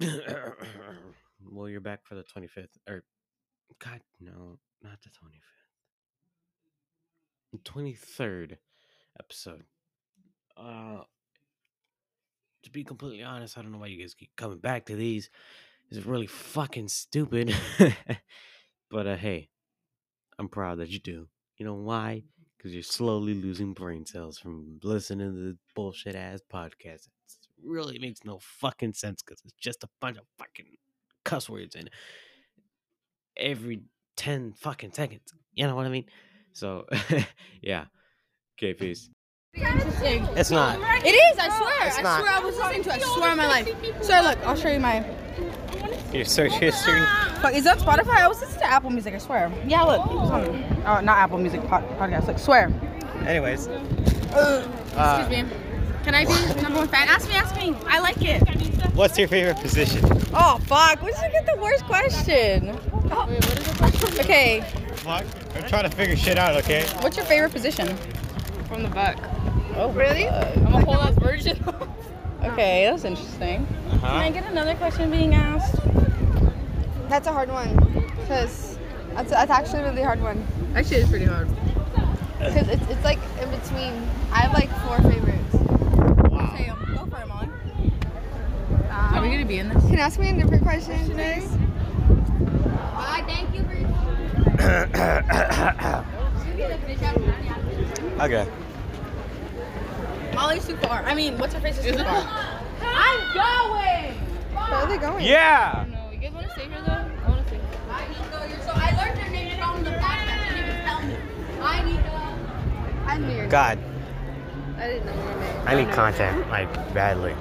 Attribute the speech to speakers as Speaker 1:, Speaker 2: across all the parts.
Speaker 1: well, you're back for the 25th. Or, God, no, not the 25th. The 23rd episode. Uh, to be completely honest, I don't know why you guys keep coming back to these. It's really fucking stupid. but uh, hey, I'm proud that you do. You know why? Because you're slowly losing brain cells from listening to this bullshit ass podcast. It really makes no fucking sense because it's just a bunch of fucking cuss words in every 10 fucking seconds. You know what I mean? So, yeah. Okay, peace.
Speaker 2: Interesting.
Speaker 3: It's not.
Speaker 2: It is, I swear.
Speaker 3: It's
Speaker 2: I
Speaker 3: not.
Speaker 2: swear I was listening to it. I swear on my life. So look, I'll show you my
Speaker 3: Your search history.
Speaker 2: fuck is that Spotify? I was listening to Apple Music, I swear. Yeah, look. It was on oh not Apple Music pod- podcast, like swear. Uh,
Speaker 3: Anyways,
Speaker 2: Excuse me. Can I be number one fan? Ask me, ask me. I like it.
Speaker 3: what's your favorite position?
Speaker 2: Oh fuck! Where did you get the worst question? Okay,
Speaker 3: Fuck. I'm trying to figure shit out, okay?
Speaker 2: what's your favorite position?
Speaker 4: From the back.
Speaker 2: Oh really?
Speaker 4: I'm a whole ass virgin.
Speaker 2: Okay, that's interesting.
Speaker 3: Uh-huh.
Speaker 2: get another question being asked?
Speaker 5: That's a hard one because that's, that's actually a really hard one
Speaker 4: Actually, it's pretty hard.
Speaker 5: because it's, it's like in between. I have like four favorites.
Speaker 2: Okay, um, go for it, Molly.
Speaker 4: Are we gonna be in this?
Speaker 5: Can you ask me a different question, please?
Speaker 3: Okay.
Speaker 2: Molly's too far. I mean, what's her face? Is too far.
Speaker 4: I'm going.
Speaker 5: Where are they going?
Speaker 3: Yeah!
Speaker 4: No, you guys want to stay here though? I want to stay. Here.
Speaker 2: I need to. So I learned her name from the podcast. She didn't even tell me. I need to.
Speaker 5: I knew your
Speaker 3: God,
Speaker 5: I didn't know your name.
Speaker 3: I need content, like, badly.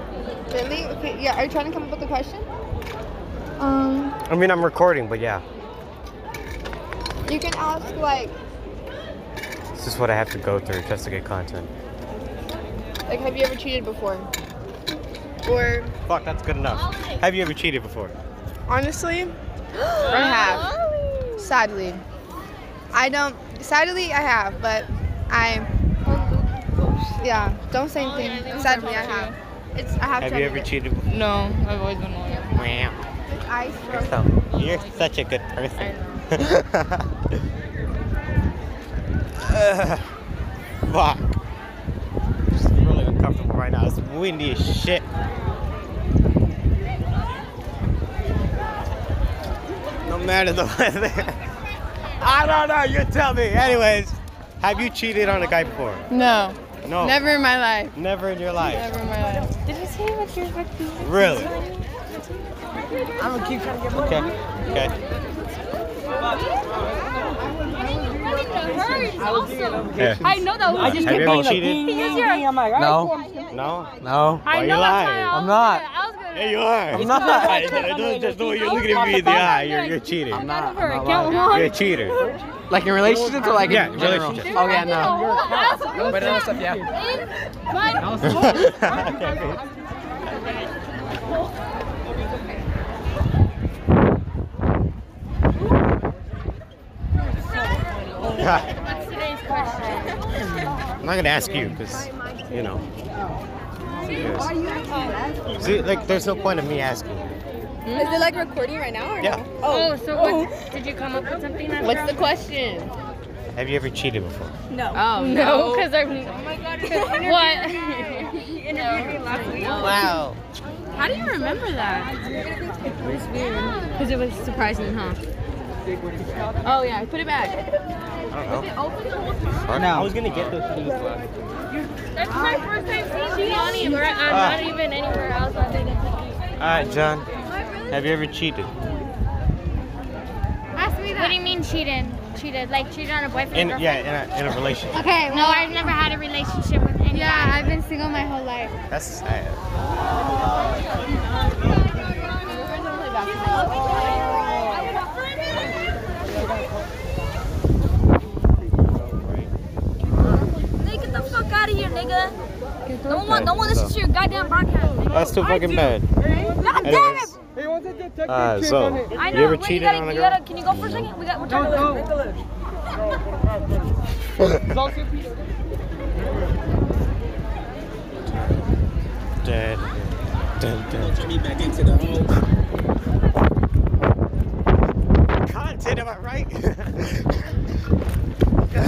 Speaker 5: Really? Okay. Yeah. Are you trying to come up with a question? Um,
Speaker 3: I mean, I'm recording, but yeah.
Speaker 5: you can ask like
Speaker 3: This is what I have to go through just to get content.
Speaker 5: like Have you ever cheated before? Or
Speaker 3: Fuck, that's good enough. Have you ever cheated before?
Speaker 5: honestly, I have. Sadly, I don't. Sadly, I have, but I. Yeah. Don't say anything. Sadly, I have. It's I have.
Speaker 3: Have
Speaker 5: tried
Speaker 3: you
Speaker 5: to
Speaker 3: ever
Speaker 5: get-
Speaker 3: cheated before?
Speaker 4: No, I've always been loyal.
Speaker 3: Wow.
Speaker 5: It's ice
Speaker 3: You're
Speaker 5: frozen.
Speaker 3: so- You're such a good person. Ugh. Fuck. It's really uncomfortable right now. It's windy as shit. No matter the weather. I don't know. You tell me. Anyways, have you cheated on a guy before?
Speaker 4: No,
Speaker 3: No.
Speaker 4: never in my life.
Speaker 3: Never in your life.
Speaker 4: Never in my life.
Speaker 3: Really? I'm gonna keep trying to get Okay. Okay.
Speaker 6: I know that was just
Speaker 3: Have you ever
Speaker 6: being like,
Speaker 3: cheated?
Speaker 6: because you're a
Speaker 7: No,
Speaker 3: Oh, No.
Speaker 7: no.
Speaker 6: I
Speaker 3: Why
Speaker 6: know
Speaker 3: you lying?
Speaker 6: that's why I
Speaker 7: I'm
Speaker 6: was
Speaker 7: not.
Speaker 6: Gonna, I was gonna.
Speaker 3: Yeah, you are.
Speaker 7: I'm not.
Speaker 3: I, I know just the way you're looking at me in the eye. You're, you're cheating.
Speaker 7: I'm
Speaker 3: You're
Speaker 7: not.
Speaker 6: Never,
Speaker 7: I'm
Speaker 6: come
Speaker 7: not lying.
Speaker 6: on.
Speaker 3: a cheater.
Speaker 7: Like in relationships or like
Speaker 3: Yeah,
Speaker 7: in general?
Speaker 3: relationships.
Speaker 7: Oh yeah, no.
Speaker 6: no.
Speaker 7: But other stuff, yeah.
Speaker 3: I'm not gonna ask you because you know. See, like, there's no point of me asking.
Speaker 5: Is it like recording right now? Or no?
Speaker 3: Yeah.
Speaker 4: Oh, so what, did you come up with something? What's the question?
Speaker 3: Have you ever cheated before?
Speaker 4: Oh no, because I'm. Oh my god. What?
Speaker 3: Wow.
Speaker 4: How do you remember that? It was weird. Because it was surprising, huh? Oh yeah, put it back.
Speaker 3: I don't know.
Speaker 7: No.
Speaker 3: I was gonna get those keys last.
Speaker 6: That's my first time seeing
Speaker 4: Lonnie,
Speaker 6: you.
Speaker 4: we're- I'm
Speaker 3: Ah.
Speaker 4: not even anywhere else. other than-
Speaker 3: All right, John. Have you ever cheated?
Speaker 6: Ask me that. What do you mean cheated? Cheated? Like cheated on a boyfriend?
Speaker 3: In
Speaker 6: or girlfriend?
Speaker 3: yeah, in a, in a relationship.
Speaker 5: Okay.
Speaker 6: No, I've never had a relationship with anyone.
Speaker 5: Yeah, I've been single my whole life.
Speaker 3: That's sad.
Speaker 6: Get the fuck out of here, nigga. Don't want, don't want to listen to your goddamn podcast.
Speaker 3: That's too fucking bad.
Speaker 6: God damn it!
Speaker 3: Anyways, uh, so
Speaker 6: I know.
Speaker 3: you ever
Speaker 6: wait,
Speaker 3: cheated
Speaker 6: you gotta,
Speaker 3: on a
Speaker 6: you
Speaker 3: girl?
Speaker 6: gotta, Can you go for a second? We got. We're trying to look.
Speaker 3: Dead. Content, am I right?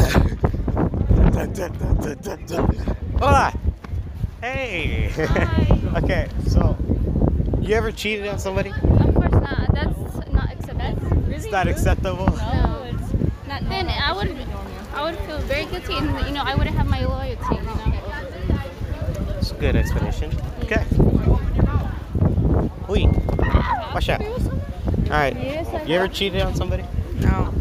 Speaker 3: Dun, dun, dun, dun, dun, dun. Hola. Hey. okay, so you ever cheated on somebody?
Speaker 8: Of course not. That's not acceptable.
Speaker 3: It's not acceptable.
Speaker 8: No, it's not. Then I would, I would feel very guilty, and you know, I wouldn't have my loyalty. You know.
Speaker 3: It's a good explanation. Okay. Wait. Watch out. Alright. You ever cheated on somebody?
Speaker 5: No.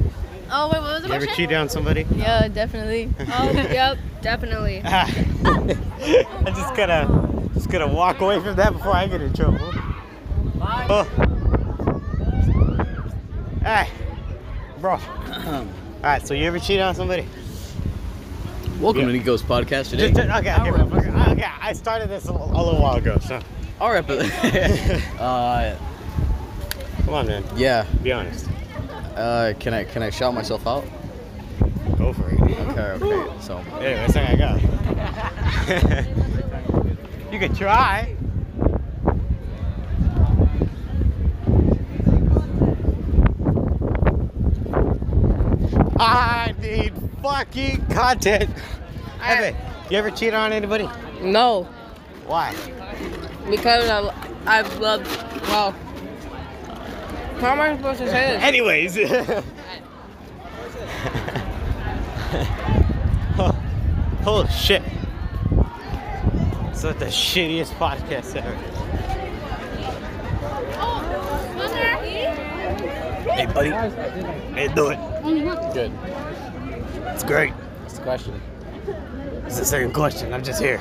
Speaker 4: Oh wait, what was the
Speaker 3: You ever
Speaker 4: question?
Speaker 3: cheated on somebody?
Speaker 4: Yeah, definitely. Oh, yep, definitely.
Speaker 3: Ah. I'm just gonna just gonna walk away from that before I get in trouble. Oh. Hey, bro. All right, so you ever cheated on somebody?
Speaker 9: Welcome to Nico's podcast
Speaker 3: Ju-
Speaker 9: today.
Speaker 3: ju- Okay, okay, bro, okay, okay. I started this a, a little while ago, so
Speaker 9: Our episode. uh,
Speaker 3: come on, man.
Speaker 9: yeah.
Speaker 3: Be honest.
Speaker 9: Uh, can I can I shout myself out?
Speaker 3: Go for it.
Speaker 9: Okay, okay. So
Speaker 3: Anyway, that's I got. you could try. I need fucking content. Evan, you ever cheat on anybody?
Speaker 2: No,
Speaker 3: Why?
Speaker 2: because I, I love. Well, how am I supposed to say this?
Speaker 3: Anyways. oh, oh shit. It's like the shittiest podcast ever. Hey buddy. Hey do it.
Speaker 9: good.
Speaker 3: It's great.
Speaker 9: What's the question?
Speaker 3: It's the second question. I'm just here.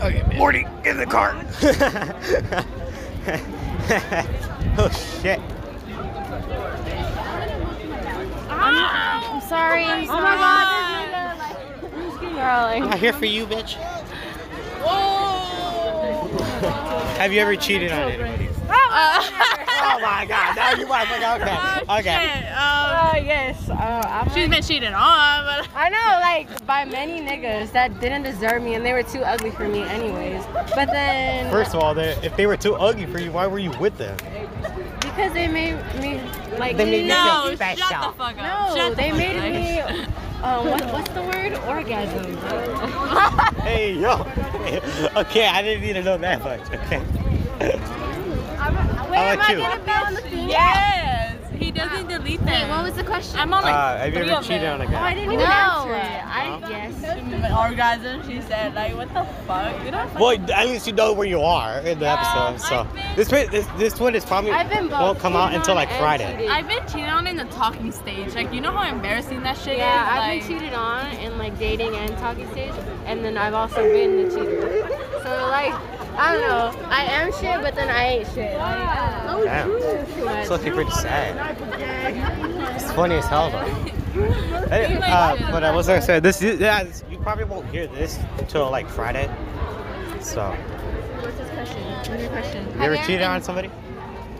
Speaker 3: Okay, man. Morty, in the car. oh shit.
Speaker 8: I'm sorry. I'm sorry. Oh my god. Girl,
Speaker 3: I'm here for you, bitch. Have you ever cheated on anybody? oh my god, Oh, now you might okay. Okay.
Speaker 4: Uh, yes. Uh, I'm She's been cheated on, but
Speaker 10: I know, like by many niggas that didn't deserve me, and they were too ugly for me, anyways. But then
Speaker 3: First of all, they- if they were too ugly for you, why were you with them?
Speaker 10: because they made me like
Speaker 4: no, shut the fuck up.
Speaker 10: no,
Speaker 4: shut the
Speaker 10: they
Speaker 4: fuck
Speaker 10: made
Speaker 4: up.
Speaker 10: me. Uh, what, what's the word? Orgasm.
Speaker 3: Hey yo. okay, I didn't need to know that much. Okay. How about you?
Speaker 4: Yes, he doesn't delete that.
Speaker 8: Wait, what was the question?
Speaker 4: I'm on like
Speaker 3: Uh, have you
Speaker 4: three
Speaker 3: ever
Speaker 4: of
Speaker 3: cheated
Speaker 4: them.
Speaker 3: on a guy?
Speaker 10: didn't
Speaker 8: no, I guess.
Speaker 4: An orgasm. She said, like, what the fuck? You don't. fuck-
Speaker 3: Well, at least you know where you are in the episode. So this one- this this one is probably
Speaker 10: I've been both
Speaker 3: won't come out
Speaker 10: cheated
Speaker 3: until
Speaker 10: on
Speaker 3: like
Speaker 10: and
Speaker 3: Friday.
Speaker 10: cheated.
Speaker 4: I've been cheated on in the talking stage. Like, you know how embarrassing that shit
Speaker 10: Yeah,
Speaker 4: is.
Speaker 10: I've been
Speaker 4: Like,
Speaker 10: cheated on in like dating and talking stage, and then I've also been the cheater. So like, I don't know. I am shit, but then I ain't shit. Like,
Speaker 3: Damn. It's looking pretty sad. It's funny as hell though. Hey, uh, but I was gonna say this. Is, yeah, this- you probably won't hear this until like Friday. So
Speaker 8: What's his question?
Speaker 3: you ever cheated on somebody?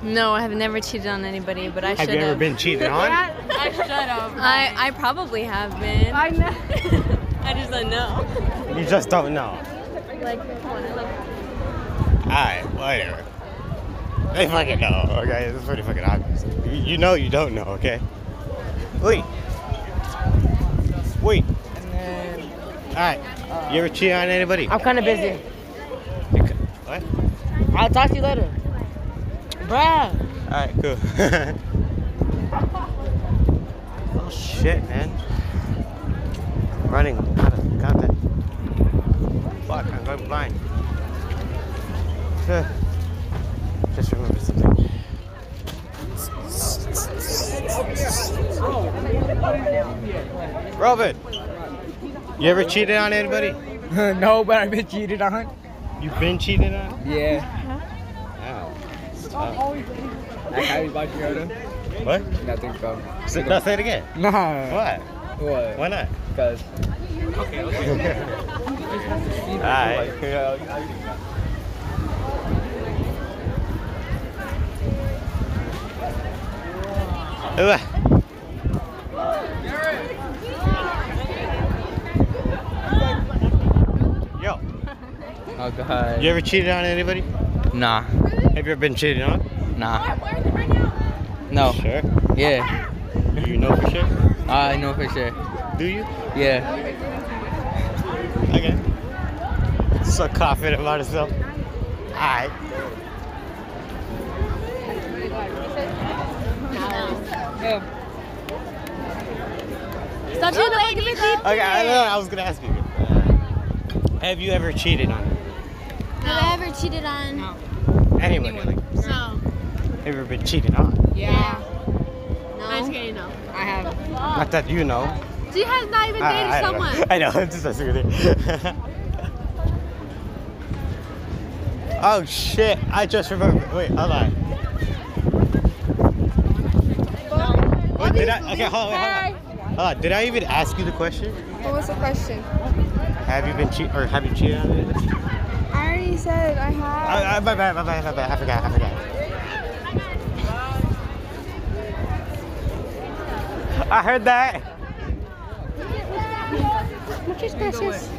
Speaker 4: no, I have never cheated on anybody, but I
Speaker 3: Have you ever been cheated on?
Speaker 4: I should have. I, I probably have been. I know. I just don't know.
Speaker 3: You just don't know.
Speaker 8: Like, one, like
Speaker 3: Alright, whatever. They fucking know. Okay, it's pretty fucking obvious. You- You know you don't know. Okay. Wait. Wait. Alright. You ever cheat on anybody?
Speaker 2: I'm kind of busy.
Speaker 3: You c- What?
Speaker 2: I'll talk to you later. Bruh.
Speaker 3: Alright, cool. oh shit, man. Running out of content. Fuck, I'm going blind. Huh. Just remembered something. Robin, you ever cheated on anybody?
Speaker 7: no, but I've been cheated on.
Speaker 3: You've been cheated on?
Speaker 7: Yeah.
Speaker 3: Wow.
Speaker 7: I can't about Toyota.
Speaker 3: What?
Speaker 7: Nothing, bro.
Speaker 3: Say- No, say it again.
Speaker 7: Nah.
Speaker 3: What?
Speaker 7: What?
Speaker 3: Why not?
Speaker 7: Because.
Speaker 3: Alright. Ugh. Yo,
Speaker 11: Oh god.
Speaker 3: You ever cheated on anybody?
Speaker 11: Nah.
Speaker 3: Have you ever been cheated on?
Speaker 11: Nah. No.
Speaker 3: Sure.
Speaker 11: Yeah.
Speaker 3: You know for sure?
Speaker 11: I know for sure.
Speaker 3: Do you?
Speaker 11: Yeah.
Speaker 3: Okay. So confident about himself. Alright.
Speaker 6: Stop doing the way you did.
Speaker 3: Okay, I, know, I was gonna ask you. Have you ever cheated on
Speaker 6: Have I ever cheated on? No.
Speaker 3: anybody? Like,
Speaker 6: No.
Speaker 3: have you ever been cheated on?
Speaker 6: Yeah.
Speaker 10: No. I'm just kidding, no. I
Speaker 3: Not
Speaker 10: have.
Speaker 3: that you know.
Speaker 10: She has not even dated
Speaker 3: I, I
Speaker 10: someone.
Speaker 3: Know. I know. I'm just messing with you. oh shit! I just remembered. Wait, hold on. Wait, did I? Okay, hold on. Wait, hold on. Hold on. Did I even ask you the question?
Speaker 5: What was the question?
Speaker 3: Have you been cheat or have you cheated on anybody?
Speaker 5: I already said I have.
Speaker 3: I, I, my bad, my bad, my bad. I forgot. I forgot. I heard that.
Speaker 6: Muchas gracias.
Speaker 3: Hi.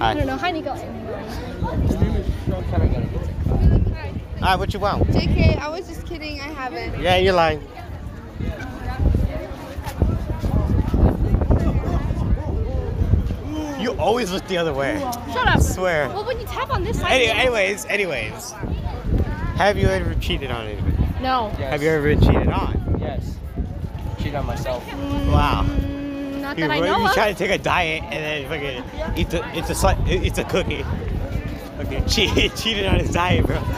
Speaker 6: I don't know. Hi, Nico.
Speaker 3: Alright, what you want?
Speaker 5: JK, I was just kidding. I haven't.
Speaker 3: Yeah, you're lying. You always look the other way.
Speaker 8: Shut up.
Speaker 3: Swear.
Speaker 8: Well, when you tap on this side.
Speaker 3: Any, anyways, anyways. Have you ever cheated on anybody?
Speaker 8: No.
Speaker 3: Have you ever been cheated on?
Speaker 11: Yes. Cheat on myself.
Speaker 3: Wow.
Speaker 8: Mm, Not
Speaker 3: You,
Speaker 8: that I
Speaker 3: you
Speaker 8: know of.
Speaker 3: try to take a diet and then fucking eat the, it's a sli- it's a cookie. Okay, cheat, cheated on his diet, bro.
Speaker 11: I don't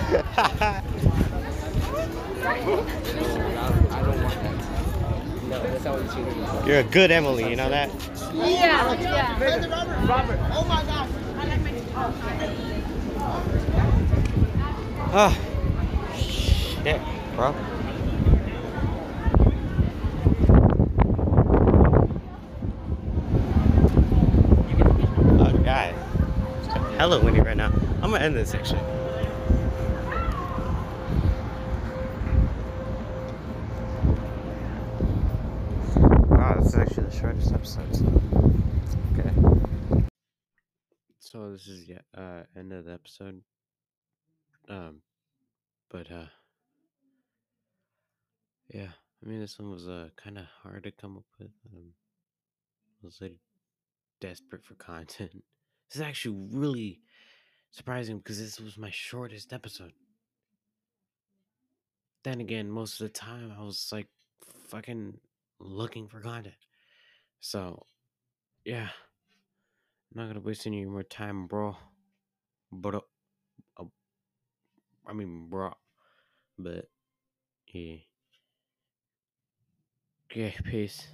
Speaker 11: want that. No, that's not what cheating is.
Speaker 3: You're a good Emily, you know that?
Speaker 8: Yeah. yeah.
Speaker 3: Ah, shit, bro. Oh, God. Hello, Winnie, right now. I'm gonna end this section. Wow, this is actually the shortest episode. Okay.
Speaker 1: So this is yeah, uh, end of the episode. Um, but uh, yeah, I mean this one was uh kind of hard to come up with. Um, I was like desperate for content. This is actually really surprising because this was my shortest episode. Then again, most of the time I was like fucking looking for content. So, yeah. I'm not gonna waste any more time, bro. Bro, uh, I mean, bro, but yeah, okay, peace.